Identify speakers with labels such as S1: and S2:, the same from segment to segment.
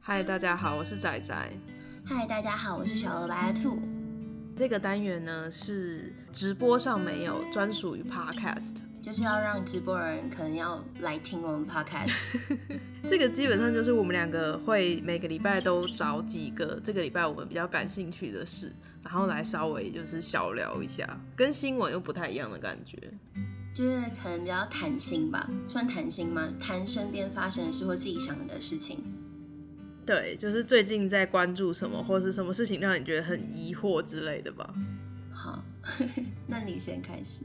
S1: 嗨，大家好，我是仔仔。
S2: 嗨，大家好，我是小鹅白兔。
S1: 这个单元呢是直播上没有，专属于 Podcast。
S2: 就是要让直播人可能要来听我们 podcast，
S1: 这个基本上就是我们两个会每个礼拜都找几个这个礼拜我们比较感兴趣的事，然后来稍微就是小聊一下，跟新闻又不太一样的感觉。
S2: 就是可能比较谈心吧，算谈心吗？谈身边发生的事或自己想的事情。
S1: 对，就是最近在关注什么，或是什么事情让你觉得很疑惑之类的吧。
S2: 好， 那你先开始。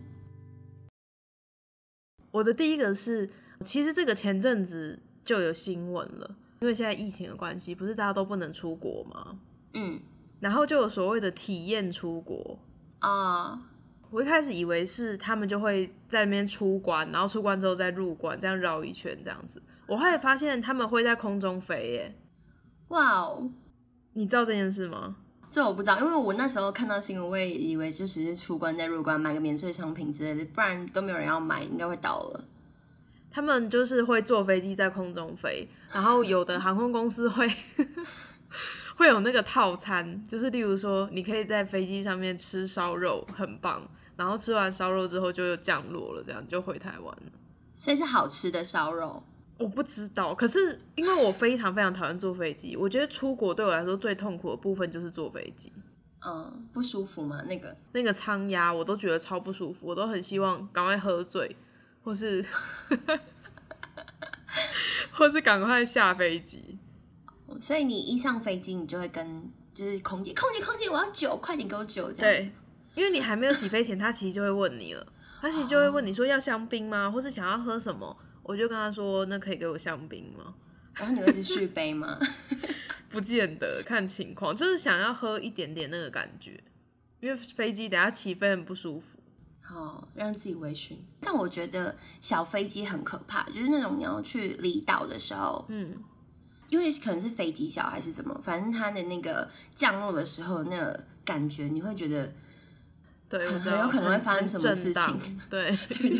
S1: 我的第一个是，其实这个前阵子就有新闻了，因为现在疫情的关系，不是大家都不能出国吗？
S2: 嗯，
S1: 然后就有所谓的体验出国。
S2: 哦，
S1: 我一开始以为是他们就会在那边出关，然后出关之后再入关，这样绕一圈这样子。我后来发现他们会在空中飞耶，
S2: 哇哦，
S1: 你知道这件事吗？
S2: 这我不知道，因为我那时候看到新闻，我也以为就只是出关再入关，买个免税商品之类的，不然都没有人要买，应该会倒了。
S1: 他们就是会坐飞机在空中飞，然后有的航空公司会 会有那个套餐，就是例如说，你可以在飞机上面吃烧肉，很棒。然后吃完烧肉之后就降落了，这样就回台湾了。
S2: 所以是好吃的烧肉，
S1: 我不知道，可是因为我非常非常讨厌坐飞机，我觉得出国对我来说最痛苦的部分就是坐飞机，
S2: 嗯，不舒服吗？那个
S1: 那个舱压我都觉得超不舒服，我都很希望赶快喝醉，或是或是赶快下飞机。
S2: 所以你一上飞机，你就会跟就是空姐，空姐，空姐，我要酒，快点给我酒，这样。，
S1: 对，因为你还没有起飞前，他其实就会问你了，他其实就会问你说要香槟吗，或是想要喝什么。我就跟他说，那可以给我香槟吗？
S2: 然后你会一直续杯吗？
S1: 不见得，看情况，就是想要喝一点点那个感觉，因为飞机等下起飞很不舒服。
S2: 好，让自己微醺。但我觉得小飞机很可怕，就是那种你要去离岛的时候，
S1: 嗯，
S2: 因为可能是飞机小还是怎么，反正它的那个降落的时候那个感觉，你会觉得
S1: 对，我知道
S2: 很有可能会发生什么事情
S1: 很震荡对，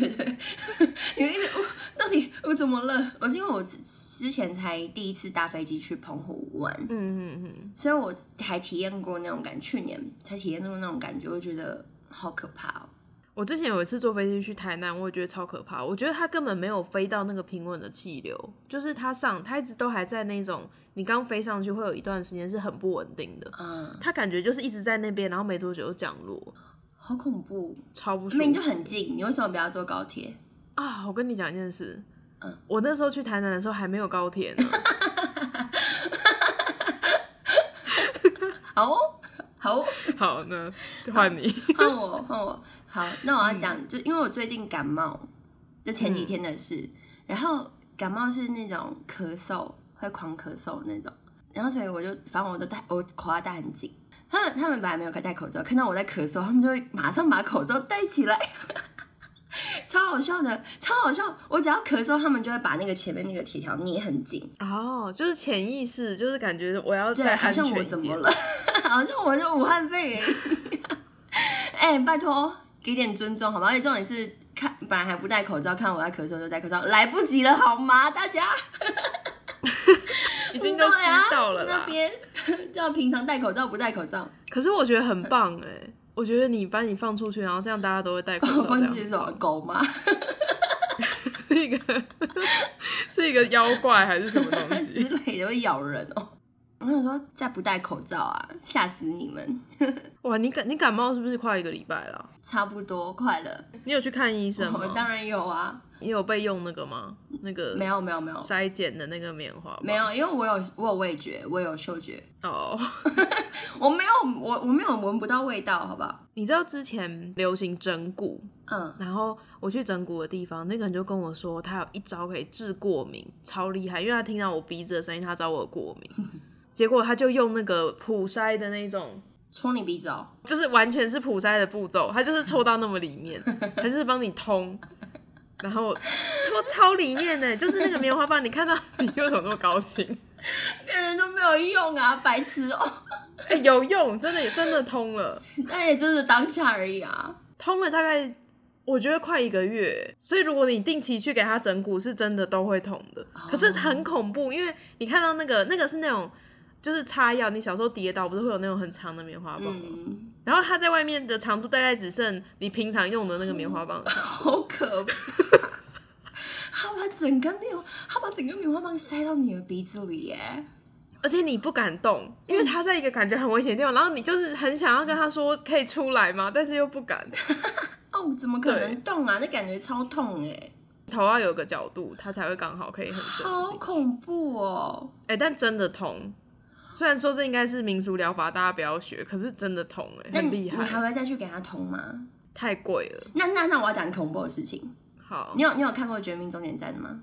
S2: 你一直我到底我怎么了？我是因为我之之前才第一次搭飞机去澎湖玩，
S1: 嗯嗯嗯，
S2: 所以我还体验过那种感，去年才体验过那种感觉，我觉得好可怕哦。
S1: 我之前有一次坐飞机去台南，我也觉得超可怕。我觉得它根本没有飞到那个平稳的气流，就是它上，它一直都还在那种你刚飞上去会有一段时间是很不稳定的，
S2: 嗯，
S1: 它感觉就是一直在那边，然后没多久就降落，
S2: 好恐怖！哦
S1: 超不舒
S2: 明明就
S1: 服
S2: 很近，你为什么不要坐高铁？
S1: 啊！我跟你讲一件事，
S2: 嗯
S1: 我那时候去台南的时候还没有高铁 呢，
S2: 好哦，好哦，
S1: 好呢，就换你。
S2: 换我，换我。好，那我要讲，就因为我最近感冒，就前几天的事。然后感冒是那种咳嗽，会狂咳嗽那种。然后所以我就，反正我都戴，我口罩戴很紧。他们他们本来没有戴口罩，看到我在咳嗽，他们就会马上把口罩戴起来， 超好笑的，超好笑。我只要咳嗽，他们就会把那个前面那个铁条捏很紧，
S1: 哦，就是潜意识，就是感觉我要
S2: 对，啊
S1: 再
S2: 好
S1: 安全
S2: 像
S1: 一
S2: 我
S1: 点。
S2: 怎么了？ 好像我是武汉肺炎。 哎、拜托，给点尊重好吗？而且重点是看，本来还不戴口罩，看我在咳嗽就戴口罩，来不及了好吗？大家
S1: 已经都
S2: 对
S1: 吃
S2: 啊
S1: 到了啦
S2: 那。边就要平常戴口罩，不戴口罩，
S1: 可是我觉得很棒哎、我觉得你把你放出去，然后这样大家都会戴口罩，
S2: 放出
S1: 这样哦
S2: 去是什么狗吗？
S1: 是一个是一个妖怪还是什么东
S2: 之
S1: 西？
S2: 类的会咬人哦。我想说，再不戴口罩啊，吓死你们！
S1: 哇，你感你感冒是不是快一个礼拜了？
S2: 差不多快了，
S1: 你有去看医生
S2: 哦我当
S1: 吗？
S2: 然有啊，
S1: 你有被用那个吗？那个
S2: 没有没有没有
S1: 筛检的那个棉花吗
S2: 没有，因为我有我有味觉，我有嗅觉，
S1: 哦。
S2: 我没有，我我没有闻不到味道，好不好？
S1: 你知道之前流行整骨，
S2: 嗯，
S1: 然后我去整骨的地方，那个人就跟我说，他有一招可以治过敏，超厉害，因为他听到我鼻子的声音，他知道我有过敏。结果他就用那个普筛的那种，
S2: 戳你鼻子哦，
S1: 就是完全是普筛的步骤，他就是戳到那么里面，他就是帮你通，然后戳超里面呢，就是那个棉花棒，你看到 你为什么那么高兴？
S2: 别人都没有用啊，白痴 哦！
S1: 哎、有用，真的真的通了，
S2: 但也就是当下而已啊。
S1: 通了大概我觉得快一个月，所以如果你定期去给它整骨，是真的都会痛的。
S2: 哦
S1: 可是很恐怖，因为你看到那个那个是那种就是擦药，你小时候跌倒不是会有那种很长的棉花棒吗？
S2: 嗯，
S1: 然后它在外面的长度大概只剩你平常用的那个棉花棒，
S2: 好可怕！ 他把整根棉花，他把整根棉花棒塞到你的鼻子里耶！
S1: 而且你不敢动，因为它在一个感觉很危险的地方，然后你就是很想要跟他说可以出来吗？但是又不敢，
S2: 哦，怎么可
S1: 对
S2: 能动啊？那感觉超痛哎，
S1: 头要有个角度，它才会刚好可以很深
S2: 好
S1: 进
S2: 恐怖哦！
S1: 哎、但真的痛。虽然说这应该是民俗疗法，大家不要学，可是真的痛哎、
S2: 那
S1: 很
S2: 你
S1: 厉
S2: 你还
S1: 害，
S2: 会再去给他通吗？
S1: 太贵了。
S2: 那那那我要讲恐怖的事情。
S1: 好
S2: 你，有你有看过《绝命终点站》吗？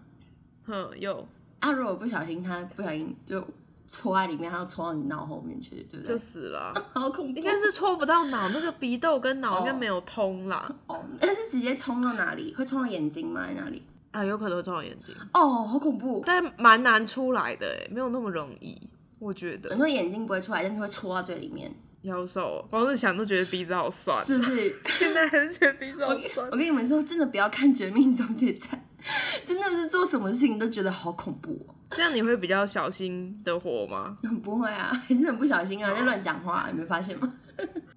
S1: 哼，有
S2: 啊，如果不小心他不小心就戳在里面，他就戳到你脑后面去，对不对？
S1: 就死了啊、
S2: 好恐怖！
S1: 应该是戳不到脑，那个鼻窦跟脑
S2: 哦
S1: 应该没有通啦。
S2: 哦，那是直接冲到哪里？会冲到眼睛吗？在哪里？
S1: 啊，有可能会撞到眼睛，
S2: 哦，好恐怖！
S1: 但蛮难出来的哎、没有那么容易，我觉
S2: 很
S1: 得。
S2: 多眼睛不会出来，但是会戳到最里面，
S1: 腰瘦，光是想都觉得鼻子好酸，
S2: 是不 是？
S1: 现在还是觉得鼻子好酸
S2: 我。跟你们说，真的不要看《绝命终结站》， 真的是做什么事情都觉得好恐怖、哦。
S1: 这样你会比较小心的活吗？
S2: 不会啊， 还是很不小心啊，在乱讲话，你没发现吗？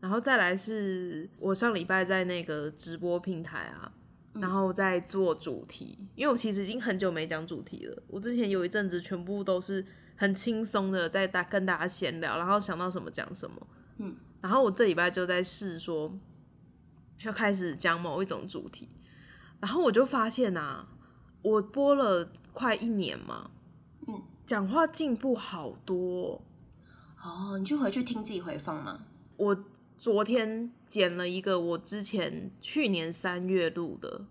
S1: 然后再来是我上礼拜在那个直播平台啊，
S2: 嗯
S1: 然后在做主题，因为我其实已经很久没讲主题了。我之前有一阵子全部都是很轻松的在大跟大家闲聊，然后想到什么讲什么。
S2: 嗯，
S1: 然后我这礼拜就在试说要开始讲某一种主题，然后我就发现啊，我播了快一年嘛，
S2: 嗯，
S1: 讲话进步好多哦、
S2: 哦，你就回去听自己回放嘛。
S1: 我昨天剪了一个我之前去年三月录的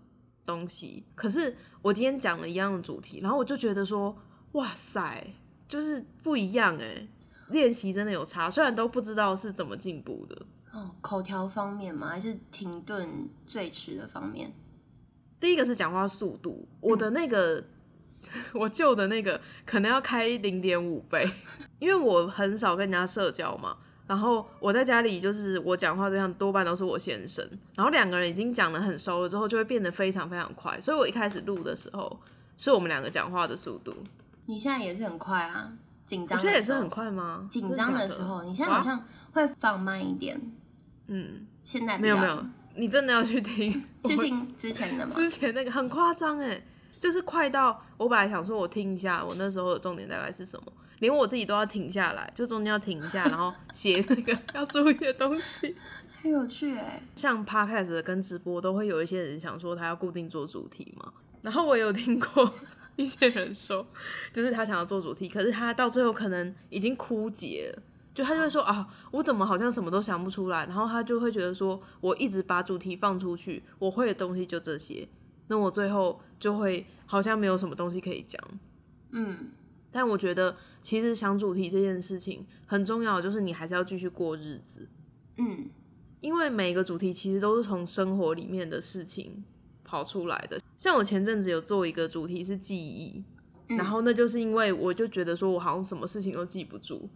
S1: 东西，可是我今天讲了一样的主题，然后我就觉得说，哇塞，就是不一样哎、练习真的有差，虽然都不知道是怎么进步的。
S2: 哦，口条方面吗？还是停顿最迟的方面？
S1: 第一个是讲话速度，
S2: 嗯
S1: 我的那个、 我旧的那个可能要开零点五倍，因为我很少跟人家社交嘛。然后我在家里就是我讲话对象多半都是我先生，然后两个人已经讲得很熟了之后，就会变得非常非常快。所以我一开始录的时候是我们两个讲话的速度，
S2: 你现在也是很快啊，紧
S1: 我
S2: 张的时候。
S1: 现在也是很快吗？
S2: 紧张
S1: 真
S2: 的
S1: 假
S2: 时候，你现在好像会放慢一点。
S1: 嗯，
S2: 现在比
S1: 没有
S2: 较
S1: 没有，你真的要去 听
S2: 最近之前的嘛，
S1: 之前那个很夸张哎，就是快到我本来想说我听一下，我那时候的重点大概是什么，连我自己都要停下来，就中间要停一下，然后写那个 要注意的东西。
S2: 很有趣哎、
S1: 像 podcast 跟直播都会有一些人想说他要固定做主题嘛，然后我有听过 一些人说，就是他想要做主题，可是他到最后可能已经枯竭了。就他就会说啊，我怎么好像什么都想不出来，然后他就会觉得说，我一直把主题放出去，我会的东西就这些，那我最后就会好像没有什么东西可以讲。
S2: 嗯，
S1: 但我觉得其实想主题这件事情很重要，就是你还是要继续过日子。
S2: 嗯，
S1: 因为每个主题其实都是从生活里面的事情跑出来的。像我前阵子有做一个主题是记忆，
S2: 嗯
S1: 然后那就是因为我就觉得说我好像什么事情都记不住，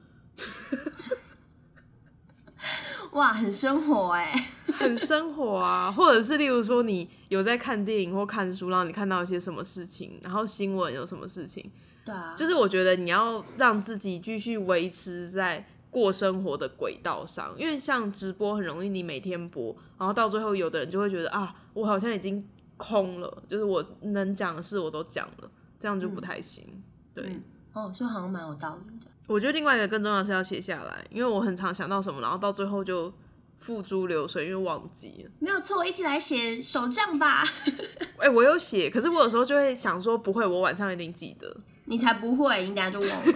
S2: 哇，很生活哎、
S1: 很生活啊，或者是例如说你有在看电影或看书，然后你看到一些什么事情，然后新闻有什么事情，
S2: 对啊，
S1: 就是我觉得你要让自己继续维持在过生活的轨道上，因为像直播很容易，你每天播，然后到最后有的人就会觉得啊，我好像已经空了，就是我能讲的事我都讲了，这样就不太行。对，
S2: 嗯哦，说好像蛮有道理的。
S1: 我觉得另外一个更重要的是要写下来，因为我很常想到什么，然后到最后就付诸流水，因为忘记了。
S2: 没有错，一起来写手账吧！
S1: 哎、我有写，可是我有时候就会想说，不会，我晚上一定记得。
S2: 你才不会，你等下就忘了。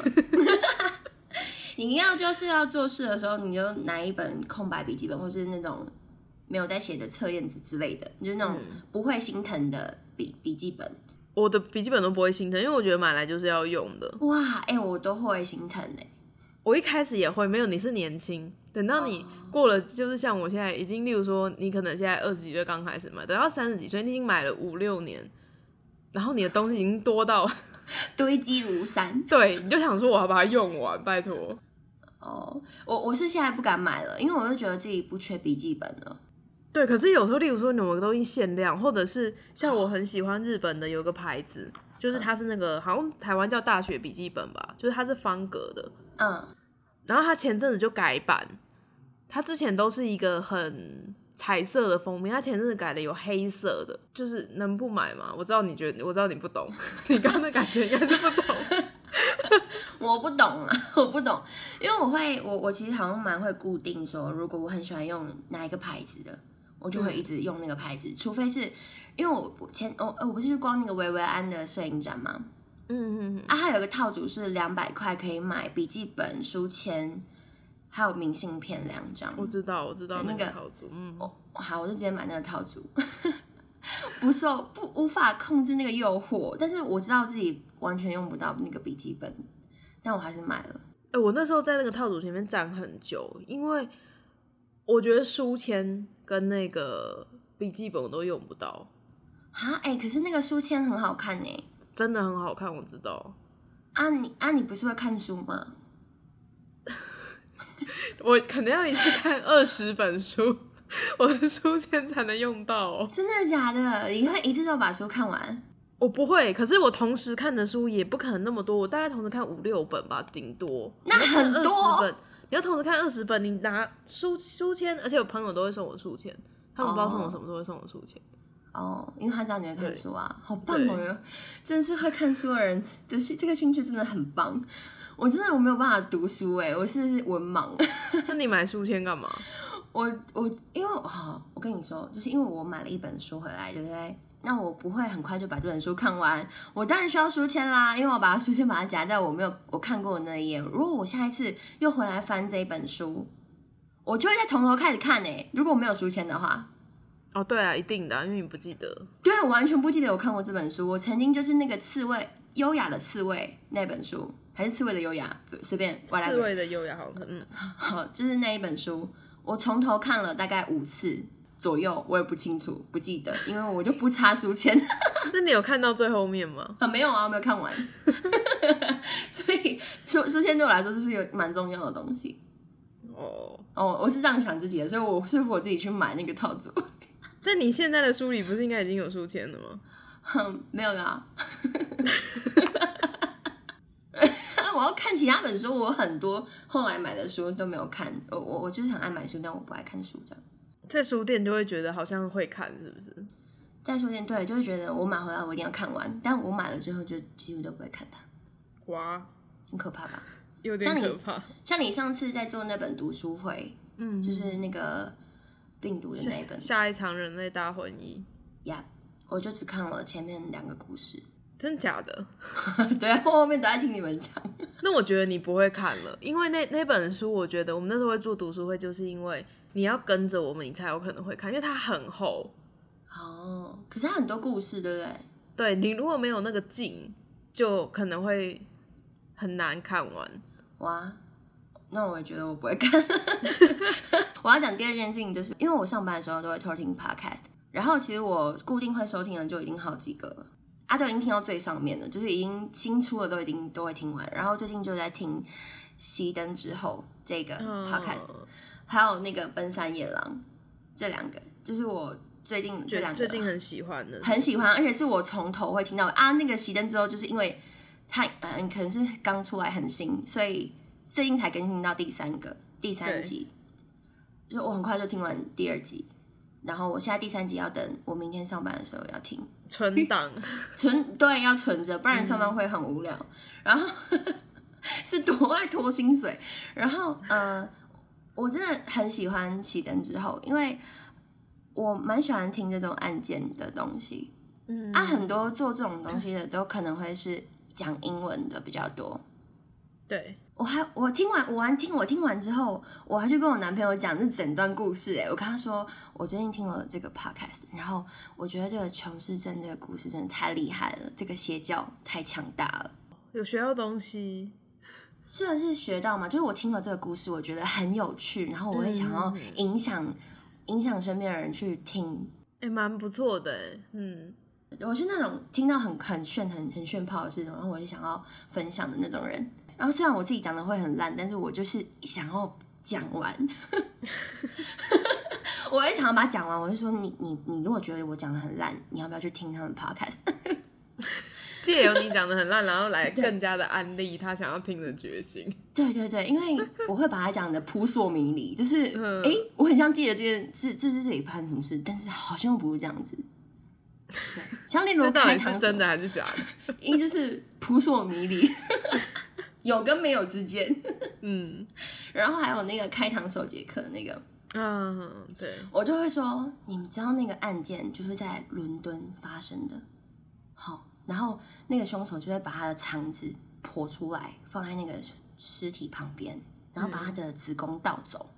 S2: 你要就是要做事的时候，你就拿一本空白笔记本，或是那种没有在写的测验纸之类的，就是那种不会心疼的笔笔记本。
S1: 我的笔记本都不会心疼，因为我觉得买来就是要用的。
S2: 哇，哎、我都会心疼哎、
S1: 我一开始也会，没有你是年轻，等到你过了，就是像我现在已经，例如说你可能现在二十几岁刚开始买，等到三十几岁，你已经买了五六年，然后你的东西已经多到，
S2: 堆积如山。
S1: 对，你就想说我要把它用完，拜托。
S2: 哦，我我是现在不敢买了，因为我就觉得自己不缺笔记本了。
S1: 对，可是有时候，例如说某个东西限量，或者是像我很喜欢日本的有个牌子，就是它是那个好像台湾叫大学笔记本吧，就是它是方格的，
S2: 嗯，
S1: 然后它前阵子就改版，它之前都是一个很彩色的封面，它前阵子改的有黑色的，就是能不买吗？我知道你觉得，我知道你不懂，你刚刚的感觉应该是不懂。
S2: 我不懂啊， 我不懂，因为我会，我我其实好像蛮会固定说，如果我很喜欢用哪一个牌子的，我就会
S1: 嗯
S2: 一直用那个牌子，除非是因为我我前我呃我不是去逛那个薇薇安的摄影展吗？
S1: 嗯嗯嗯，
S2: 啊，它有个套组是两百块可以买笔记本、书签，还有明信片两张。
S1: 我知道，我知道
S2: 那
S1: 哎那个
S2: 个
S1: 套组，嗯，
S2: 好，我就直接买那个套组， 不受不无法控制那个诱惑，但是我知道自己完全用不到那个笔记本，但我还是买了。
S1: 哎、我那时候在那个套组前面站很久，因为我觉得书签跟那个笔记本我都用不到，
S2: 啊，哎、可是那个书签很好看呢、
S1: 真的很好看，我知道。
S2: 啊你，啊你不是会看书吗？
S1: 我可能要一次看二十本书， 我的书签才能用到哦。
S2: 真的假的？你会一次就把书看完？
S1: 我不会，可是我同时看的书也不可能那么多，我大概同时看五六本吧，顶多。
S2: 那很
S1: 二十
S2: 多
S1: 本，你要同时看二十本，你拿书书签，而且我朋友都会送我书签，他们不知道送我什么时候会送我书签。
S2: 哦，因为他知道你会看书啊，好棒
S1: 对
S2: 哦！哟真的是会看书的人的兴这个兴趣真的很棒。我真的我没有办法读书哎、我是文盲。
S1: 那你买书签干嘛？
S2: 我我因为哈，我跟你说，就是因为我买了一本书回来，对不对？那我不会很快就把这本书看完，我当然需要书签啦，因为我把书签把它夹在我没有我看过的那一页。如果我下一次又回来翻这一本书，我就会再从头开始看诶、如果我没有书签的话，
S1: 哦，对啊，一定的啊、因为你不记得。
S2: 对我完全不记得有看过这本书。我曾经就是那个刺猬优雅的刺猬那本书，还是刺猬的优雅，随便 whatever
S1: 刺猬的优雅好看，嗯，
S2: 好， 就是那一本书，我从头看了大概五次左右，我也不清楚，不记得，因为我就不擦书签
S1: 那你有看到最后面吗？
S2: 啊，没有啊，我没有看完，所以书书签对我来说是不是有蛮重要的东西？
S1: 哦，
S2: 哦，我是这样想自己的，所以我说服我自己去买那个套组。
S1: 但你现在的书里不是应该已经有书签了吗？
S2: 哼，没有啦。 我要看其他本书，我很多后来买的书都没有看。我我我就是很爱买书，但我不爱看书这样。
S1: 在书店就会觉得好像会看，是不是？
S2: 在书店对，就会觉得我买回来我一定要看完，但我买了之后就几乎都不会看它，
S1: 哇，
S2: 很可怕吧？
S1: 有点
S2: 像你
S1: 可怕。
S2: 像你上次在做那本读书会，
S1: 嗯，
S2: 就是那个病毒的那一本，
S1: 下一场人类大婚姻，
S2: 呀我就只看了前面两个故事，
S1: 真假的？
S2: 对啊，我后面都在听你们讲。
S1: 那我觉得你不会看了，因为那那本书，我觉得我们那时候会做读书会，就是因为你要跟着我们，你才有可能会看，因为它很厚。
S2: 哦，可是它很多故事，对不对？
S1: 对你如果没有那个劲，就可能会很难看完。
S2: 哇，那我也觉得我不会看。 我要讲第二件事情，就是因为我上班的时候都会偷听 podcast，然后其实我固定会收听的就已经好几个了，啊，都已经听到最上面了，就是已经新出的都已经都会听完，然后最近就在听熄灯之后这个 podcast，、
S1: 嗯
S2: 还有那个奔山野狼这两个，就是我最近这两
S1: 最
S2: 个
S1: 最近很喜欢的，
S2: 很喜欢，而且是我从头会听到尾啊。那个熄灯之后，就是因为它嗯，可能是刚出来很新，所以最近才更新到第三个第三
S1: 对
S2: 集，就我很快就听完第二集，然后我现在第三集要等我明天上班的时候要听，
S1: 存 档。
S2: 存对要存着，不然上班会很无聊。然后 是多爱拖薪水，然后呃，我真的很喜欢熄灯之后，因为我蛮喜欢听这种案件的东西。
S1: 嗯
S2: 啊，很多做这种东西的都可能会是讲英文的比较多。
S1: 对，
S2: 我还我听完我完听我听完之后，我还去跟我男朋友讲这整段故事、欸。我跟他说，我最近听了这个 podcast，然后我觉得这个琼斯镇这个故事真的太厉害了，这个邪教太强大了。
S1: 有学到东西。
S2: 虽然是学到嘛，就是我听了这个故事，我觉得很有趣，然后我会想要
S1: 嗯
S2: 影响影响身边的人去听
S1: 也、蛮不错的欸，嗯，
S2: 我是那种听到很很炫、很很炫炮的事情，然后我就想要分享的那种人。然后虽然我自己讲的会很烂，但是我就是想要讲完。 我也想要把它讲完，我就说你你你如果觉得我讲的很烂，你要不要去听他们 podcast？
S1: 借由你讲的很烂，然后来更加的安利他想要听的决心。
S2: 对对对，因为我会把它讲的扑朔迷离，就是哎、
S1: 嗯
S2: 诶我很像记得这件这这是这里发生什么事，但是好像又不是这样子。 对，像例如
S1: 这到
S2: 开
S1: 底
S2: 场
S1: 是
S2: 什么
S1: 真的还是假的？
S2: 因为就是扑朔迷离， 有跟没有之间。
S1: 嗯
S2: 然后还有那个开膛手杰克那个，
S1: 嗯，对，
S2: 我就会说，你们知道那个案件就是在伦敦发生的，好，然后那个凶手就会把他的肠子剖出来，放在那个尸尸体旁边，然后把他的子宫盗走，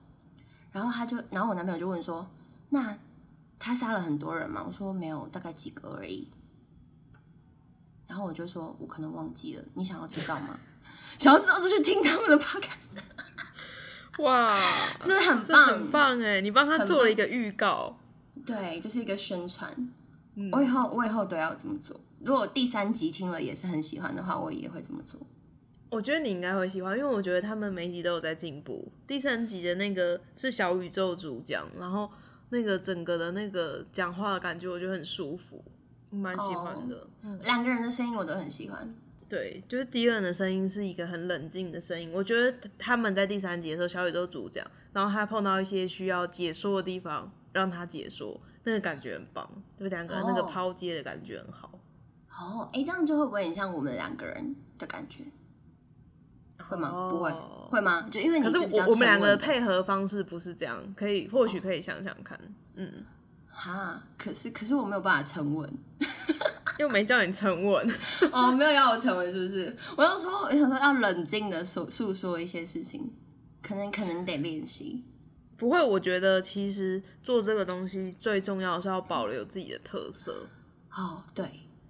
S2: 然后他就，然后我男朋友就问说，那他杀了很多人吗？我说没有，大概几个而已。然后我就说，我可能忘记了，你想要知道吗？ 想要知道就去听他们的 podcast，
S1: 哇，
S2: 是不是 很
S1: 这
S2: 棒？
S1: 很棒哎！你帮他做了一个预告，
S2: 对，就是一个宣传。
S1: 嗯
S2: 我以后我以后都要这么做。如果第三集听了也是很喜欢的话，我也会这么做。
S1: 我觉得你应该会喜欢，因为我觉得他们每一集都有在进步。第三集的那个是小宇宙主讲，然后那个整个的那个讲话的感觉，我觉得很舒服，我蛮喜欢的。
S2: 两个人的声音我都很喜欢。
S1: 对，就是迪恩的声音是一个很冷静的声音。我觉得他们在第三集的时候，小宇宙主讲，然后他碰到一些需要解说的地方，让他解说，那个感觉很棒，就是两个人那个
S2: 哦
S1: 抛接的感觉很好。
S2: 哦，哎，这样就会不会很像我们两个人的感觉？会吗？不会，
S1: 哦
S2: 会吗？就因为你
S1: 可是
S2: 比较
S1: 我我们两个的
S2: 沉稳
S1: 配合方式不是这样，可以或许可以想想看，嗯，
S2: 哈，可是可是我没有办法沉稳。
S1: 又没叫你沉稳，
S2: 哦，没有要我沉稳是不是？我要说，我想说要冷静的诉诉说一些事情，可能可能得练习。
S1: 不会。我觉得其实做这个东西最重要的是要保留自己的特色，
S2: 哦，对，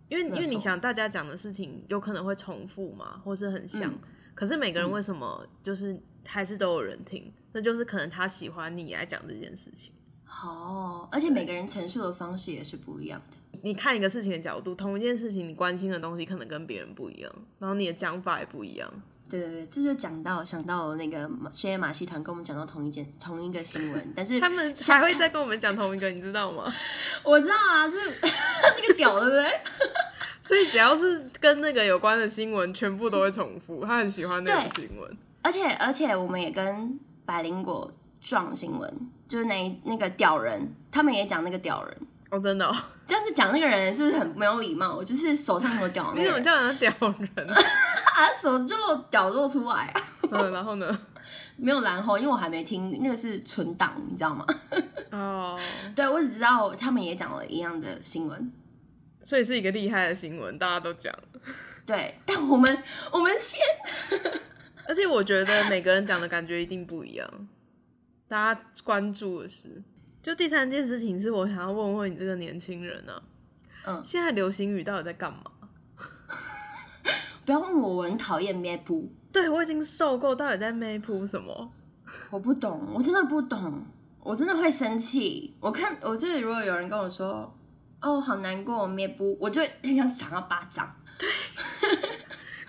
S1: 因为
S2: 没
S1: 因为你
S2: 错
S1: 想大家讲的事情有可能会重复嘛，或是很像，
S2: 嗯
S1: 可是每个人为什么就是还是都有人听？那就是可能他喜欢你来讲这件事情。
S2: 哦，而且每个人陈述的方式也是不一样的。
S1: 你看一个事情的角度，同一件事情，你关心的东西可能跟别人不一样，然后你的讲法也不一样。
S2: 对对对，这就讲到想到那个马谢马戏团跟我们讲到同一件同一个新闻，但 是
S1: 他们还会再跟我们讲同一个，你知道吗？
S2: 我知道啊，就是 那个屌，对不对？
S1: 所以只要是跟那个有关的新闻，全部都会重复。他很喜欢那种新闻，
S2: 而且而且我们也跟百灵果撞新闻，就是那一那个屌人，他们也讲那个屌人，
S1: 哦，真的、哦，
S2: 这样子讲那个人是不是很没有礼貌？就是手上有屌的
S1: 你怎
S2: 那个
S1: 么
S2: 人，
S1: 叫人家屌人啊？
S2: 啊手就露屌露出来、啊，
S1: 嗯，然后呢？
S2: 没有然后，因为我还没听那个是存档，你知道吗？
S1: 哦，
S2: 对我只知道他们也讲了一样的新闻，
S1: 所以是一个厉害的新闻，大家都讲。
S2: 对，但我们我们现
S1: 而且我觉得每个人讲的感觉一定不一样，大家关注的是。就第三件事情是我想要问问你这个年轻人啊，
S2: 嗯
S1: 现在流行语到底在干嘛？
S2: 不要问我，我很讨厌 map，
S1: 对我已经受够，到底在 map 什么？
S2: 我不懂，我真的不懂，我真的会生气。我看，我就是如果有人跟我说，哦，好难过，我 map，我就会很想赏他巴掌。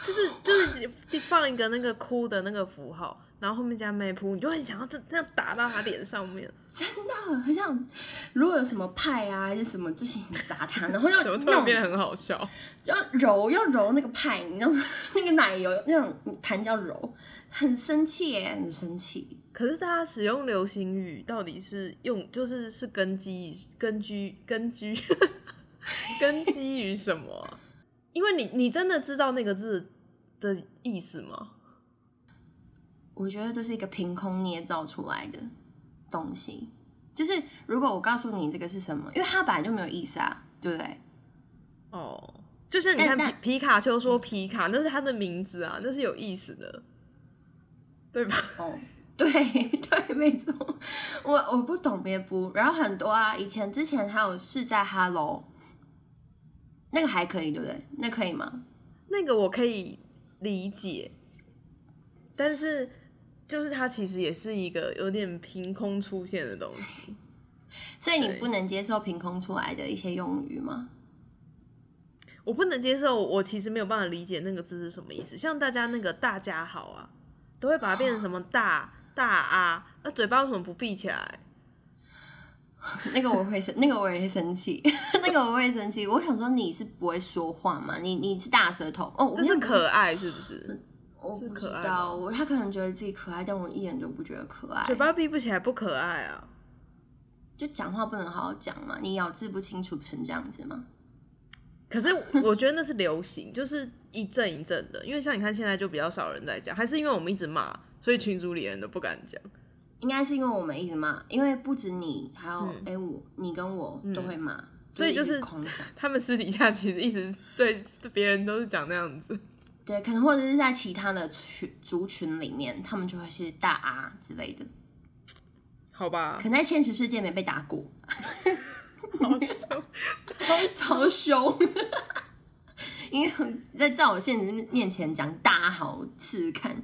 S1: 就是就是你放一个那个哭的那个符号，然后后面加 map，你就很想要这这样打到他脸上面。
S2: 真的很想，如果有什么派啊还是什么，就想砸他，然后要
S1: 怎么
S2: 弄，
S1: 突然变得很好笑？
S2: 要揉，要揉那个派，你知道吗 那个奶油那种盘要揉，很生气耶，很生气。
S1: 可是大家使用流行语到底是用，就是是根基于根据根据 根基于什么啊？因为你你真的知道那个字的意思吗？
S2: 我觉得这是一个凭空捏造出来的东西。就是如果我告诉你这个是什么，因为它本来就没有意思啊，对不对？
S1: 哦，就像你
S2: 但
S1: 看
S2: 但
S1: 皮皮卡丘说皮卡，那是他的名字啊，那是有意思的，对吧？
S2: 哦， 对对，没错，我我不懂别不，然后很多啊，以前之前还有是在 Hello，那个还可以，对不对？那可以吗？
S1: 那个我可以理解，但是就是它其实也是一个有点凭空出现的东西。
S2: 所以你
S1: 对
S2: 不能接受凭空出来的一些用语吗？
S1: 我不能接受，我其实没有办法理解那个字是什么意思。像大家那个“大家好”啊，都会把它变成什么大大啊，那嘴巴为什么不闭起来？
S2: 那个我会生，那个我也会生气， 那个我会生气。我想说你是不会说话嘛？你你是大舌头哦，我
S1: 这是可爱是不是？
S2: 我
S1: 是
S2: 不知
S1: 可爱啊吗
S2: 道，我他可能觉得自己可爱，但我一眼就不觉得可爱
S1: 嘴。巴闭不起来不可爱啊。
S2: 就讲话不能好好讲嘛，你咬字不清楚成这样子吗？
S1: 可是我觉得那是流行，就是一阵一阵的，因为像你看现在就比较少人在讲，还是因为我们一直骂，所以群组里人都不敢讲。
S2: 应该是因为我们一直骂，因为不止你，还有哎、我，你跟我都会骂，
S1: 嗯所以就是
S2: 一直狂讲。
S1: 他们私底下其实一直对对别人都是讲那样子。
S2: 对，可能或者是在其他的群族群里面，他们就会是大啊之类的，
S1: 好吧
S2: 可，能在现实世界没被打过，
S1: 好凶
S2: 超凶。 因为很在在我现实面前讲大好试试看，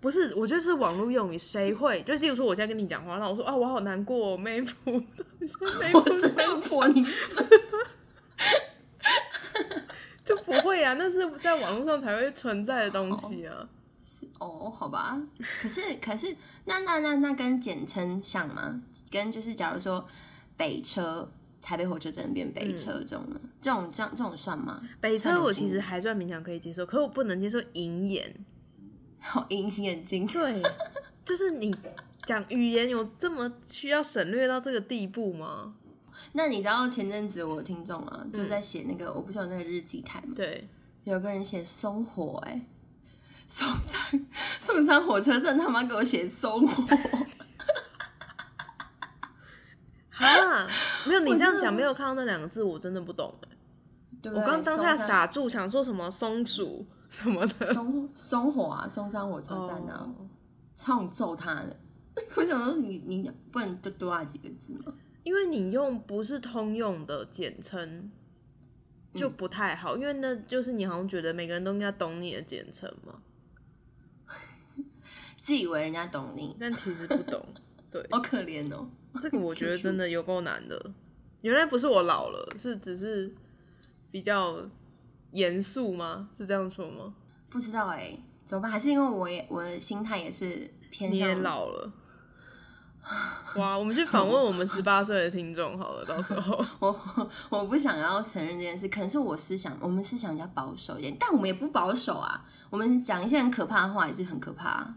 S1: 不是，我觉得是网络用语，谁会？就是例如说，我现在跟你讲话，然后我说啊，我好难过、哦，妹夫， 妹
S2: 我
S1: 夫
S2: 真的要泼你水。
S1: 就不会啊，那是在网络上才会存在的东西啊。
S2: 哦，好吧。可是可是，那那那那跟简称像吗？跟就是假如说北车。台北火车站变
S1: 嗯
S2: 北车这种呢？这种这样这种算吗？
S1: 北
S2: 算
S1: 车
S2: 流
S1: 我
S2: 行
S1: 其实还算勉强可以接受，可我不能接受银眼。
S2: 好隐形眼镜，
S1: 对，就是你讲语言有这么需要省略到这个地步吗？
S2: 那你知道前阵子我听众啊，就
S1: 嗯
S2: 在写那个，我不是有那个日记台嘛，
S1: 对，
S2: 有个人写松火、欸，哎，松山松山火车站他妈给我写松火，
S1: 哈，没有你
S2: 我
S1: 这样
S2: 真的
S1: 讲，没有看到那两个字，我真的不懂。
S2: 对不
S1: 我
S2: 对？
S1: 刚当下
S2: 松山
S1: 傻住，想说什么松鼠什么的。
S2: 松松火啊，松山火车站啊，
S1: 哦
S2: 超想揍他的。 我想说你你不能就多那几个字吗？
S1: 因为你用不是通用的简
S2: 嗯
S1: 称，就不太好，因为那就是你好像觉得每个人都应该懂你的简称嘛，
S2: 自以为人家懂你，
S1: 但其实不 懂。对，
S2: 好可怜哦。
S1: 这个我觉得真的有够难的。原来不是我老了，是只是比较严肃吗？是这样说吗？
S2: 不知道哎、怎么办？还是因为我也我的心态也是偏
S1: 你也
S2: 向
S1: 老 了。哇，我们去访问我们十八岁的听众好了，到时候
S2: 我我不想要承认这件事，可能是我思想，我们思想比较保守一点，但我们也不保守啊。我们讲一些很可怕的话也是很可怕、啊。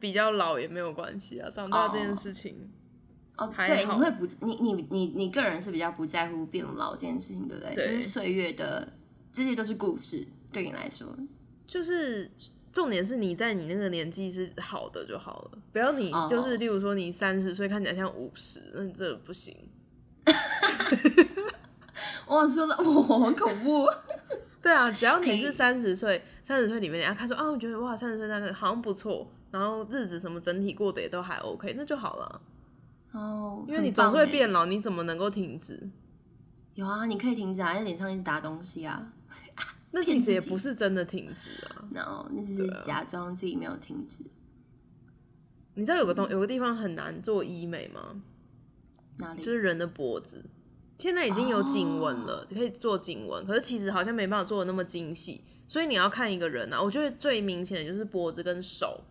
S1: 比较老也没有关系啊，长大这件事情。
S2: 哦，
S1: 还
S2: 对，你
S1: 好
S2: 会不，你你你你个人是比较不在乎变老这件事情，对不对？
S1: 对
S2: 就是岁月的，这些都是故事，对你来说，
S1: 就是重点是你在你那个年纪是好的就好了，不要你
S2: 哦
S1: 就是例如说你三十岁看起来像五十，那这不行。
S2: 哇，说的 我好恐怖，
S1: 对啊，只要你
S2: 可以
S1: 是三十岁，三十岁里面人家看说啊，我觉得哇，三十岁那个好像不错，然后日子什么整体过得也都还 OK，那就好了。
S2: 哦，
S1: 因为你
S2: 很棒
S1: 总是会
S2: 欸。
S1: 变老，你怎么能够停止？
S2: 有啊，你可以停止啊，在脸上一直打东西啊，
S1: 那其实也
S2: 骗自己
S1: 不是真的停止啊。
S2: 然后那只是假装自己没有停止，
S1: 你知道有个东有个地方很难做医美吗？
S2: 哪里？
S1: 就是人的脖子，现在已经有颈
S2: 哦
S1: 纹了，可以做颈纹，可是其实好像没办法做的那么精细，所以你要看一个人啊，我觉得最明显的就是脖子跟手，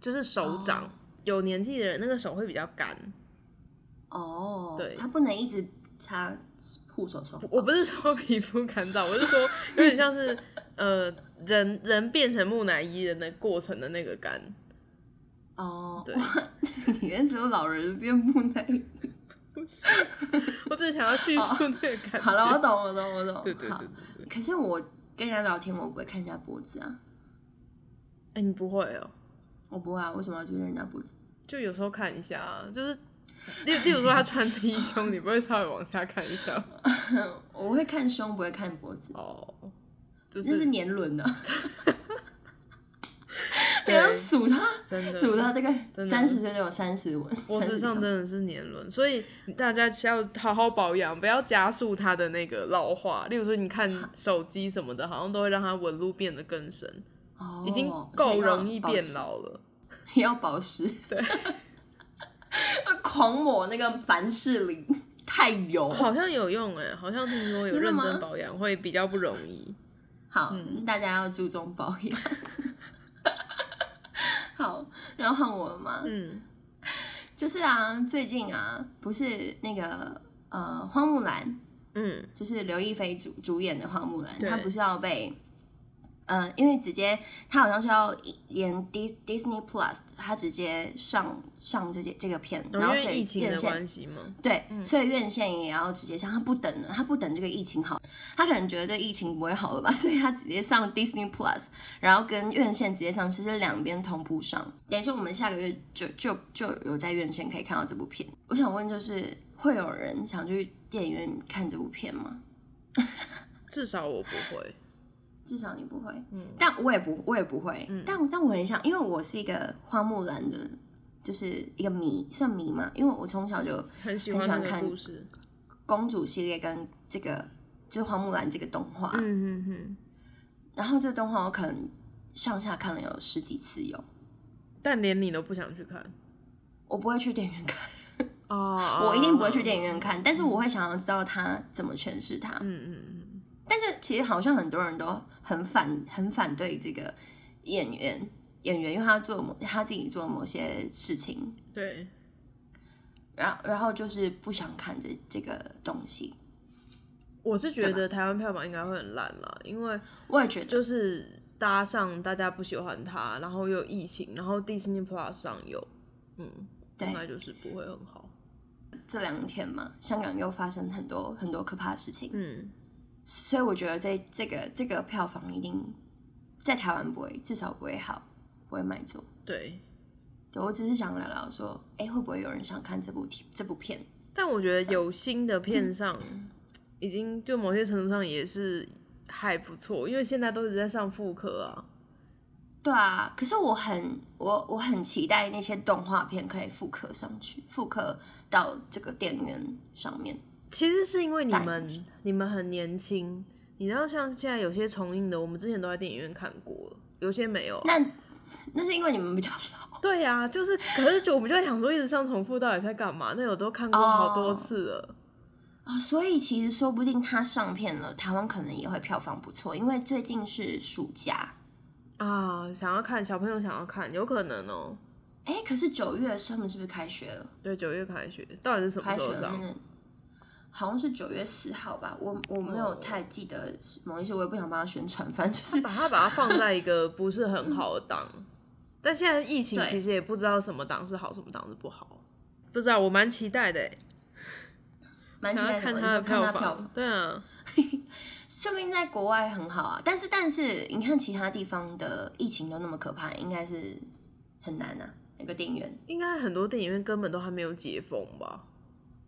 S1: 就是手掌。
S2: 哦
S1: 有年纪的人，那个手会比较干。
S2: 哦，
S1: 对
S2: 他不能一直擦护手霜，
S1: 我不是说皮肤干燥，我是说有点像是呃人人变成木乃伊人的过程的那个干。
S2: 哦，
S1: 对，
S2: 你那时候老人变木 乃伊。
S1: 我只是想要叙述那个感觉。
S2: 哦好了，我懂，我懂，我懂。
S1: 对对对
S2: 好
S1: 对对。
S2: 可是我跟人家聊天，我不会看人家脖子啊，
S1: 哎、你不会哦、
S2: 我不会啊，为什么要去看人家脖子？
S1: 就有时候看一下啊，就是例例如说他穿低胸，你不会稍微往下看一下吗
S2: 我会看胸，不会看脖子，
S1: 哦？就
S2: 那是
S1: 是
S2: 年 轮啊。 你
S1: 对
S2: 要数他，
S1: 真
S2: 数
S1: 的，
S2: 到这个
S1: 真的
S2: 三十岁就有三十纹，
S1: 脖子上
S2: 30纹
S1: 真的是年轮，所以大家要好好保养，不要加速它的那个老化。例如说，你看手机什么的，好像都会让它纹路变得更深，
S2: 哦
S1: 已经够容易
S2: 所以要保
S1: 变
S2: 湿
S1: 老 了。
S2: 要保湿， 对，狂抹那个凡士林， 太油。
S1: 好像有用哎、好像听说有
S2: 真的
S1: 认
S2: 吗
S1: 真保养会比较不容易。
S2: 好，
S1: 嗯
S2: 大家要注重保养。 好，然后换我了吗？
S1: 嗯，
S2: 就是啊，最近啊，不是那个呃，花木兰，
S1: 嗯，
S2: 就是刘亦菲主主演的花木兰，
S1: 对
S2: 她不是要被。呃，因为直接她好像是要演 Dis Disney Plus，她直接上上这些这个片，然后
S1: 哦因
S2: 所
S1: 为
S2: 以
S1: 疫情
S2: 院
S1: 的
S2: 线
S1: 关系嘛，
S2: 对，所以院线也要直接上，他不等了，他不等这个疫情好，他可能觉得这疫情不会好了吧，所 以他直接上 Disney Plus，然后跟院线直接上，其实两边同步上，等于说我们下个月就就就有在院线可以看到这部片。我想问，就是会有人想去电影院看这部片吗？
S1: 至少我不会。
S2: 至少你不会，嗯，但我也不，我也不会，嗯，但但我很想，因为我是一个花木兰的，就是一个迷，算迷嘛，因为我从小就
S1: 很喜
S2: 很
S1: 欢
S2: 喜
S1: 那
S2: 欢
S1: 个
S2: 看
S1: 故事，
S2: 公主系列跟这个就是花木兰这个动画，
S1: 嗯嗯嗯，
S2: 然后这个动画我可能上下看了有十几次有，
S1: 但连你都不想去看
S2: 我不会去电影院看，
S1: 哦
S2: 我一定不会去电
S1: 影。
S2: 影院看，但是我会想要知道它怎么诠释它。
S1: 嗯嗯嗯，
S2: 但是其实好像很多人都很反很反对这个演员演员，因为他做某他自己做某些事情，
S1: 嗯对，
S2: 然后然后就是不想看这这个东西。
S1: 我是觉得台湾票房应该会很烂啦，因为
S2: 我也觉得，
S1: 就是搭上大家不喜欢它，然后又有疫情，然后 Disney Plus 上有，嗯，
S2: 对
S1: 应该就是不会很好。
S2: 这两天嘛，香港又发生很多很多可怕的事情。
S1: 嗯，
S2: 所以我觉得这这个这个票房一定在台湾不会，至少不会好，不会卖座。
S1: 对。
S2: 对我只是想聊聊说，哎，会不会有人想看这部题这部片？
S1: 但我觉得有新的片上，已经就某些程度上也是还不错，因为现在都一直在上副科啊。
S2: 对啊，可是我很我我很期待那些动画片可以复刻上去，复刻到这个电影院上面。
S1: 其实是因为你
S2: 代
S1: 们你们很年轻，你知道像现在有些重映的，我们之前都在电影院看过了，有些没有啊。
S2: 那那是因为你们比较老，
S1: 对呀、就是可是就我们就在想说，一直上重复到底在干嘛？那我都看过好多次了。
S2: 哦，所以其实说不定它上片了，台湾可能也会票房不错，因为最近是暑假。哦
S1: 啊，想要看小朋友想要看，有可能哦、
S2: 哎，可是九月他们是不是开学了？
S1: 对，九月开学，到底是什么
S2: 开
S1: 时
S2: 学
S1: 候
S2: 那
S1: 上？
S2: 个好像是九月四号吧，我我没有太记得是某一些，我也不想帮他宣传，反正 就是
S1: 把它把它放在一个不是很好的档，但现在疫情
S2: 嗯对
S1: 其实也不知道什么档是好，什么档是不好，不知道。我蛮期待的欸，
S2: 蛮期
S1: 想
S2: 待
S1: 要
S2: 的
S1: 看
S2: 我
S1: 它的
S2: 就说看他票
S1: 房。，对啊，
S2: 说不定在国外很好啊。但是但是你看其他地方的疫情都那么可怕，应该是很难啊。那个电影院，
S1: 应该很多电影院根本都还没有解封吧？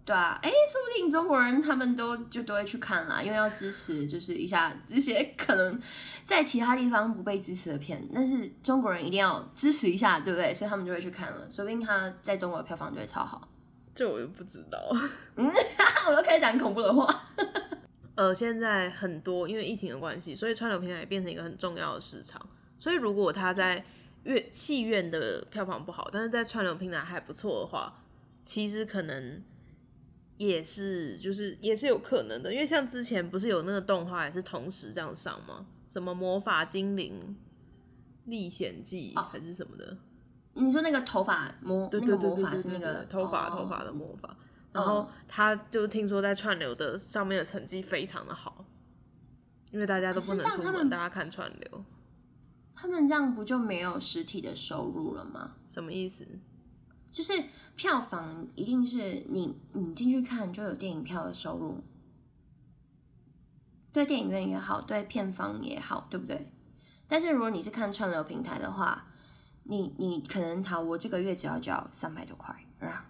S2: 对啊，哎，说不定中国人他们都就都会去看啦，因为要支持就是一下这些可能在其他地方不被支持的片，但是中国人一定要支持一下，对不对？所以他们就会去看了，说不定他在中国的票房就会超好。
S1: 这我就不知道。
S2: 我又开始讲恐怖的话。
S1: 呃，现在很多因为疫情的关系，所以串流平台也变成一个很重要的市场。所以如果它在院戏院的票房不好，但是在串流平台还不错的话，其实可能也是就是也是有可能的，因为像之前不是有那个动画也是同时这样上吗？什么魔法精灵历险记还是什么的？
S2: 你说那个头发魔，
S1: 对
S2: 那
S1: 对
S2: 个
S1: 对
S2: 魔
S1: 对
S2: 法
S1: 对
S2: 是那
S1: 对
S2: 个
S1: 对头发
S2: 哦
S1: 头发的魔法。然后他就听说在串流的上面的成绩非常的好，因为大家都不能
S2: 可是这样
S1: 出
S2: 他
S1: 门，
S2: 们
S1: 大家看串流
S2: 他们这样不就没有实体的收入了吗？
S1: 什么意思？
S2: 就是票房一定是你你进去看就有电影票的收入，对电影院也好，对片方也好，对不对？但是如果你是看串流平台的话，你你可能好，我这个月只要交三百多块，啊，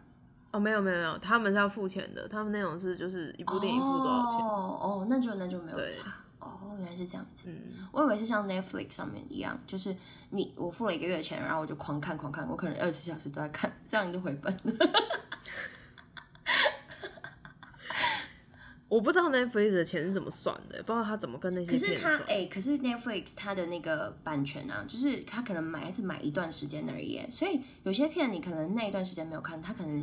S1: 哦，没有没有没有，他们是要付钱的，他们那种是就是一部电影付多少钱？
S2: 哦哦，那就那就没有
S1: 对
S2: 差哦，原来是这样子。
S1: 嗯，
S2: 我以为是像 Netflix 上面一样，就是你我付了一个月的钱，然后我就狂看狂看，我可能二十四小时都在看，这样就回本。
S1: 我不知道 Netflix 的钱是怎么算的，不知道他怎么跟那些
S2: 可是
S1: 片
S2: 它
S1: 算。
S2: 哎、可是 Netflix 它的那个版权啊，就是它可能买还是买一段时间而已耶，所以有些片你可能那一段时间没有看，它可能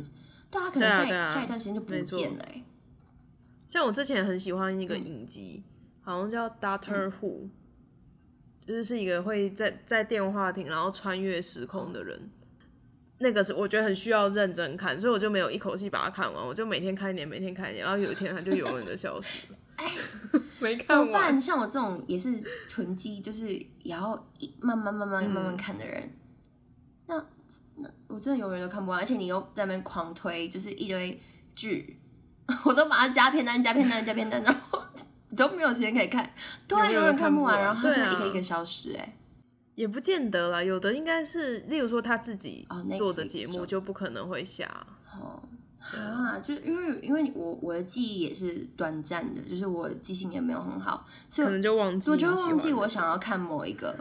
S2: 对它可
S1: 对
S2: 能
S1: 啊
S2: 下一、
S1: 对啊
S2: 下一段时间就不
S1: 没错
S2: 见了耶。
S1: 像我之前很喜欢一
S2: 嗯
S1: 个影集，好像叫 Doctor Who，、就是是一个会在在电话亭然后穿越时空的人。那个是我觉得很需要认真看，所以我就没有一口气把它看完，我就每天看一点，每天看一点，然后有一天它就永远的消失 了，没
S2: 怎
S1: 看
S2: 么
S1: 完。
S2: 办？像我这种也是囤积，就是也要一慢慢慢慢慢慢看的人，那那我真的永远都看不完，而且你又在那边狂推，就是一堆剧， 我都把它加片单、加片单、加片单，然后 都没有时间可以看，对啊，
S1: 永远
S2: 永远
S1: 看
S2: 看
S1: 不
S2: 完，
S1: 完
S2: 然后它就
S1: 对啊
S2: 一个一个消失、哎、
S1: 也不见得啦，有的应该是，例如说他自己
S2: 哦，Netflix
S1: 做的节
S2: 这
S1: 目
S2: 种
S1: 就不可能会下。
S2: 哦，啊，就因为因为我我的记忆也是短暂的，就是我记性也没有很好，所以
S1: 可能就忘记
S2: 我
S1: 你喜欢
S2: 就会
S1: 的，
S2: 忘记我想要看某一个，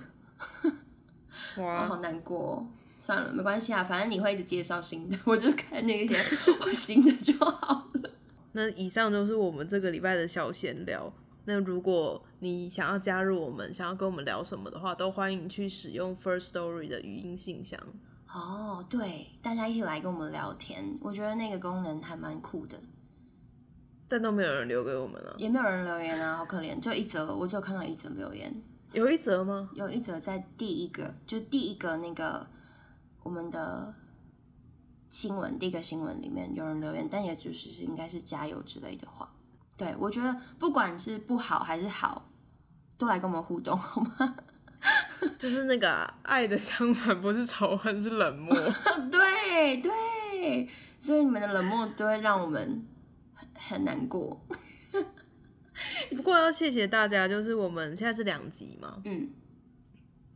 S2: 我
S1: 哇，
S2: 好难过、哦。算了，没关系啊，反正你会一直介绍新的， 我就看那些我新的就好了。
S1: 那以上就是我们这个礼拜的小闲聊。那如果你想要加入我们，想要跟我们聊什么的话，都欢迎去使用 First Story 的语音信箱。
S2: 哦，对，大家一起来跟我们聊天，我觉得那个功能还蛮酷的，
S1: 但都没有人留给我们了。
S2: 也没有人留言啊，好可怜，就一则，我只有看到一则留言，
S1: 有一则吗？
S2: 有一则在第一个，就第一个那个我们的新闻，第一个新闻里面有人留言，但也只是应该是加油之类的话。对我觉得不管是不好还是好，都来跟我们互动 好吗？
S1: 就是那个啊、爱的相反不是仇恨，是冷漠。
S2: 对对，所以你们的冷漠都会让我们很很难过。
S1: 不过要谢谢大家，就是我们现在是两集嘛，
S2: 嗯，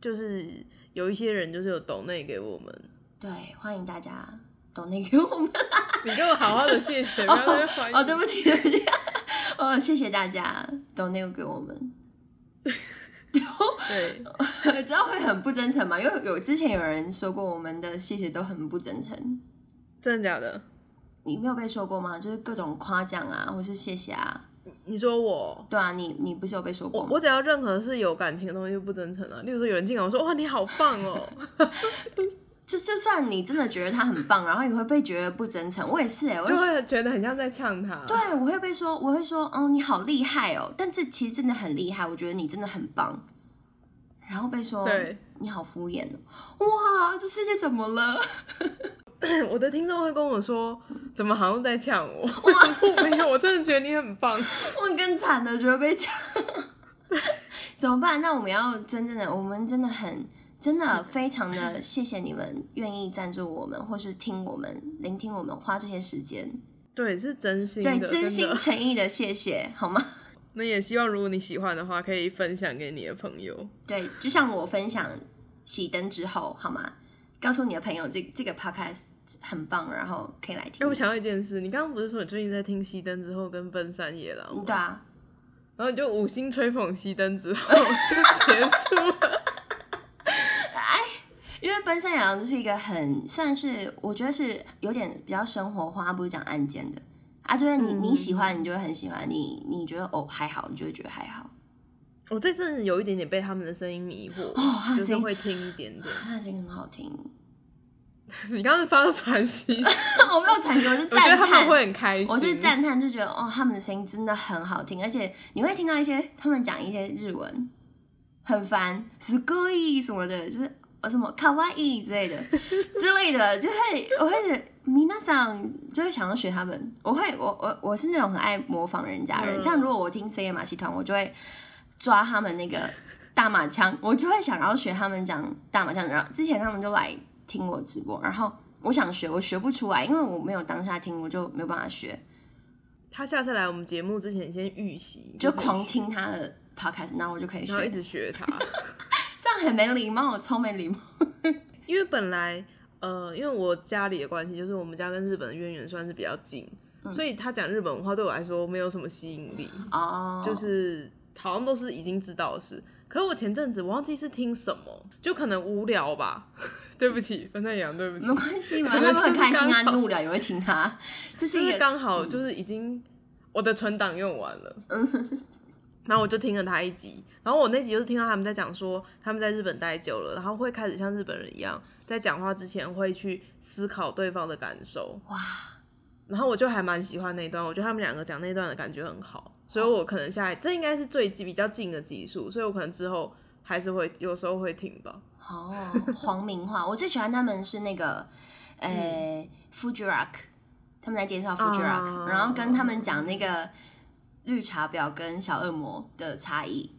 S1: 就是有一些人就是有抖内给我们，
S2: 对，欢迎大家懂那个我们。
S1: 你给我好好的谢谢，不要再怀疑。
S2: 哦，对不起，对不起。哦，谢谢大家懂那个给我们。
S1: 对，
S2: 知道会很不真诚吗？因为有之前有人说过我们的谢谢都很不真诚，
S1: 真的假的？
S2: 你没有被说过吗？就是各种夸奖啊，或是谢谢啊，
S1: 你说我。
S2: 对啊，你你不是有被说过
S1: 我
S2: 吗？
S1: 我只要任何是有感情的东西就不真诚了、例如说有人进来我说哇你好棒 哦，
S2: 就就算你真的觉得他很棒，然后也会被觉得不真诚。我也是哎、我
S1: 就
S2: 会
S1: 会觉得很像在呛他。
S2: 对，我会被说，我会说，嗯，你好厉害哦，但这其实真的很厉害，我觉得你真的很棒。然后被说
S1: 对，
S2: 你好敷衍哦，哇，这世界怎么了？
S1: 我的听众会跟我说怎么好像在呛我，我说没 有，我真的觉得你很棒。
S2: 我更惨了，觉得被抢， 怎么办？那我们要真正的，我们真的很，真的非常的谢谢你们愿意赞助我们，或是听我们、聆听我们，花这些时间，
S1: 对，是真心
S2: 对，
S1: 的，
S2: 真
S1: 真
S2: 心
S1: 的。
S2: 诚意的谢谢，好吗？
S1: 那也希望如果你喜欢的话，可以分享给你的朋友。
S2: 对，就像我分享熄灯之后，好吗？告诉你的朋友这这个 podcast 很棒，然后可以来
S1: 哎、
S2: 听
S1: 我。想到一件事，你刚刚不是说你最近在听熄灯之后跟奔山野狼吗？
S2: 对啊，
S1: 然后你就五星吹捧熄灯之后就结束了。
S2: 因为奔山野狼就是一个很算是我觉得是有点比较生活化，不是讲案件的啊，就是
S1: 嗯
S2: 你、你喜欢你就会很喜欢，你你觉得哦还好，你就会觉得还好。
S1: 我这次有一点点被他们的声音迷惑，
S2: 哦他的
S1: 就是
S2: 声音
S1: 会听一点点。
S2: 他的声音很好 听，
S1: 你刚刚是发到喘 息声，
S2: 我没有传球，我是
S1: 我觉得
S2: 赞
S1: 他们
S2: 叹，
S1: 会很开心。
S2: 我是赞叹，就觉得哦他们的声音真的很好听，而且你会听到一些他们讲一些日文，很烦，すごい什么的，就是哦什么卡哇伊 之类的之类的，就会我会觉得皆さん就会想要学他们。我会我我我是那种很爱模仿人家的人，
S1: 嗯
S2: 像如果我听深夜马戏团，我就会抓他们那个大马腔， 我就会想要学他们讲大马腔。然后之前他们就来听我直播，然后我想学，我学不出来，因为我没有当下听，我就没有办法学，
S1: 他下次来我们节目之前先预习，
S2: 就是狂听他的 podcast，然后我就可以
S1: 然后一
S2: 学。
S1: 直学他。
S2: 这样很没礼貌，超没礼貌。
S1: 因为本来呃，因为我家里的关系，就是我们家跟日本的渊源算是比较近，
S2: 嗯
S1: 所以他讲日本文化对我来说没有什么吸引力，
S2: 哦，
S1: 就是好像都是已经知道的事。可是我前阵子我忘记是听什么，就可能无聊吧。 对不起，分太阳，对不起
S2: 没，关系嘛，
S1: 可
S2: 他
S1: 能
S2: 们很
S1: 就是
S2: 开心啊，
S1: 刚好
S2: 你无聊也会 听他，这是
S1: 就
S2: 一
S1: 是
S2: 个
S1: 刚好就是已经我的存档用完了，
S2: 嗯
S1: 然后我就听了他一集，然后我那集就是听到他们在讲说他们在日本待久了，然后会开始像日本人一样，在讲话之前会去思考对方的感受，
S2: 哇，
S1: 然后我就还蛮喜欢那一段，我觉得他们两个讲那段的感觉很好，所以我可能下来这应该是最近比较近的集数，所以我可能之后还是会有时候会听吧。
S2: 哦，黄明话，我最喜欢他们是那个
S1: 嗯
S2: 诶、Fuji Rock，他们在介绍
S1: 哦
S2: Fuji Rock，、然后跟他们讲那个绿茶婊跟小恶魔的差异。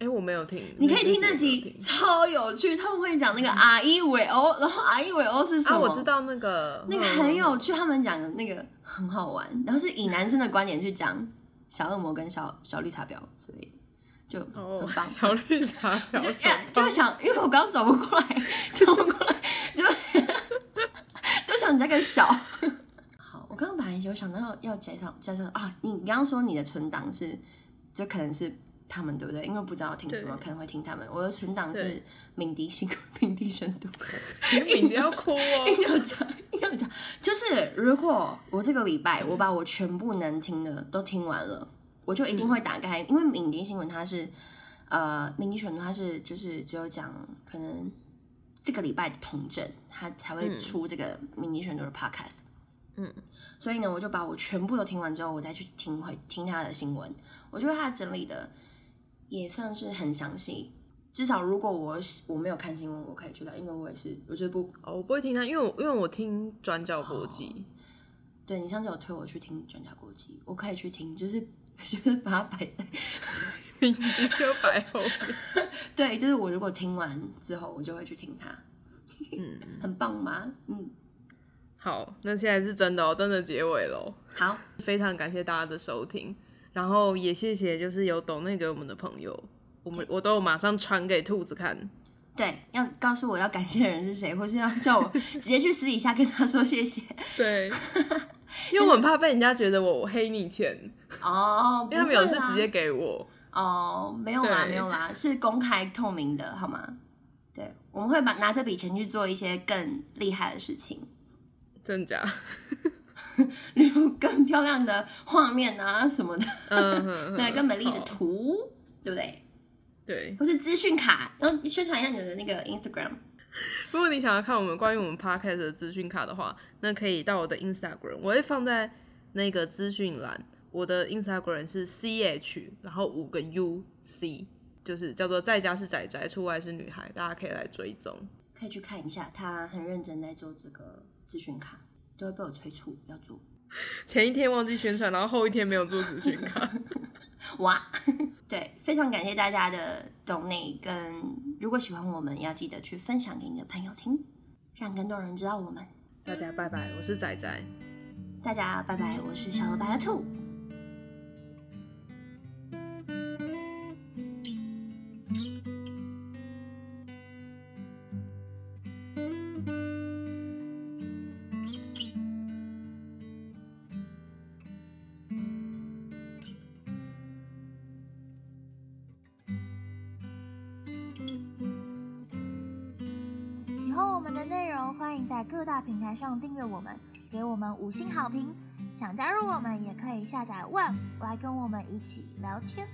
S1: 哎，我没有听，
S2: 你可以听那
S1: 我没有
S2: 集
S1: 听
S2: 超有趣，他们会讲那个阿伊韦欧，然后阿伊韦欧是什么？
S1: 啊，我知道那个
S2: 那个
S1: 嗯
S2: 很有趣，他们讲的那个很好玩，然后是以男生的观点去讲小恶魔跟小小绿茶婊之类的，就
S1: 哦
S2: 嗯很 棒。，
S1: 小绿茶婊
S2: 就哎
S1: 手棒，
S2: 就想，因为我刚刚转不过来，转不过来，就 就想加个小。 好，我刚刚本来有想到要介绍介绍啊，你你刚刚说你的存档是，就可能是他们对不对？因为不知道听什么，
S1: 对
S2: 可能会听他们。我的存档是
S1: 对
S2: 敏迪新 敏迪深度。
S1: 你不要哭哦。
S2: 硬要讲，硬要讲，就是如果我这个礼拜我把我全部能听的都听完了，我就一定会打开，因为敏迪新闻它是呃，敏迪选读它是就是只有讲可能这个礼拜的统整，它才会出这个敏迪选读的 podcast。
S1: 嗯，
S2: 所以呢，我就把我全部都听完之后，我再去听回听他的新闻。我觉得他整理的也算是很详细，至少如果我我没有看新闻，我可以知道，因为我也是我就不
S1: 哦，我不会听他，因为我因为我听转角国际，
S2: 对你上次有推我去听《转角国际》，我可以去听，就是 就是把它摆在。
S1: 你 就白后面。
S2: 对，就是我如果听完之后，我就会去听它。嗯， 很棒吗？嗯，
S1: 好，那现在是真的哦，真的结尾喽。
S2: 好，
S1: 非常感谢大家的收听，然后也谢谢就是有抖内给我们的朋友，我们我都有马上传给兔子看。
S2: 对，要告诉我要感谢的人是谁，或是要叫我直接去私底下跟他说谢谢。
S1: 对，因为我很怕被人家觉得我我黑你钱，
S2: 哦，
S1: 因为他们
S2: 没
S1: 有的是直接给我。
S2: 哦，没有啦，
S1: 对
S2: 没有啦，是公开透明的，好吗？对，我们会把拿这笔钱去做一些更厉害的事情。
S1: 真假？
S2: 例如更漂亮的画面啊什么的，
S1: 嗯哼哼
S2: 对，更美丽的
S1: 好
S2: 图，对不对？
S1: 对，
S2: 或是资讯卡，然后宣传一下你的那个 Instagram。
S1: 如果你想要看我们关于我们 podcast 的资讯卡的话，那可以到我的 Instagram，我会放在那个资讯栏。我的 Instagram 是 C H，然后五个 U C，就是叫做在家是仔仔，出外是女孩，大家可以来追踪。
S2: 可以去看一下，他很认真在做这个资讯卡，都会被我催促要做。
S1: 前一天忘记宣传，然后后一天没有做资讯卡。
S2: 哇， 对，非常感谢大家的 donate，跟如果喜欢我们，要记得去分享给你的朋友听，让更多人知道我们。
S1: 大家拜拜，我是仔仔。
S2: 大家拜拜，我是小鹅白的兔。
S3: 喜欢我们的内容，欢迎在各大平台上订阅我们，给我们五星好评。想加入我们，也可以下载 Web 来跟我们一起聊天。